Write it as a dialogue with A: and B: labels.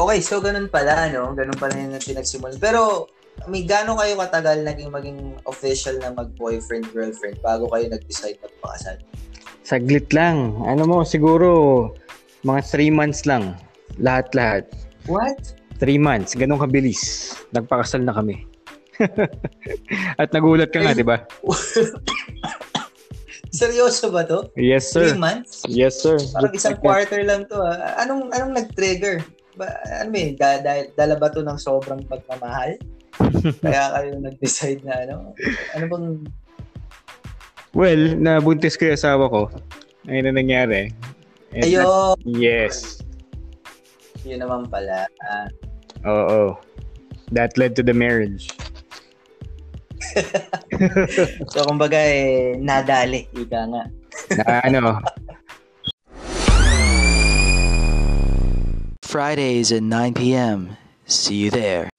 A: Okay, so ganun pala, no? Ganun pala yung pinagsimulan. Pero, may gano'n kayo katagal naging maging official na mag-boyfriend, girlfriend bago kayo nag-decide magpakasal?
B: Saglit lang. Ano mo, siguro, mga 3 months lang. Lahat-lahat.
A: What?
B: 3 months. Ganun kabilis. Nagpakasal na kami. At nagulat ka nga, di ba?
A: Seryoso ba to?
B: Yes,
A: Three
B: sir.
A: months?
B: Yes, sir.
A: Parang
B: Just
A: isang
B: like that.
A: quarter lang to ah. Anong, anong nag-trigger? Ba, ano yun? Da, da, dala ba to ng sobrang pagmamahal? Kaya kayo nag-decide na ano? Ano bang...
B: Well, nabuntis ko yung asawa ko. Ayun na nangyari. And-
A: Ayun!
B: Yes.
A: Yun naman pala. Ah,
B: Oo. That led to the marriage.
A: So, kumbaga eh, nadali. Ika nga.
B: Na ano,
C: Fridays at 9 p.m. See you there.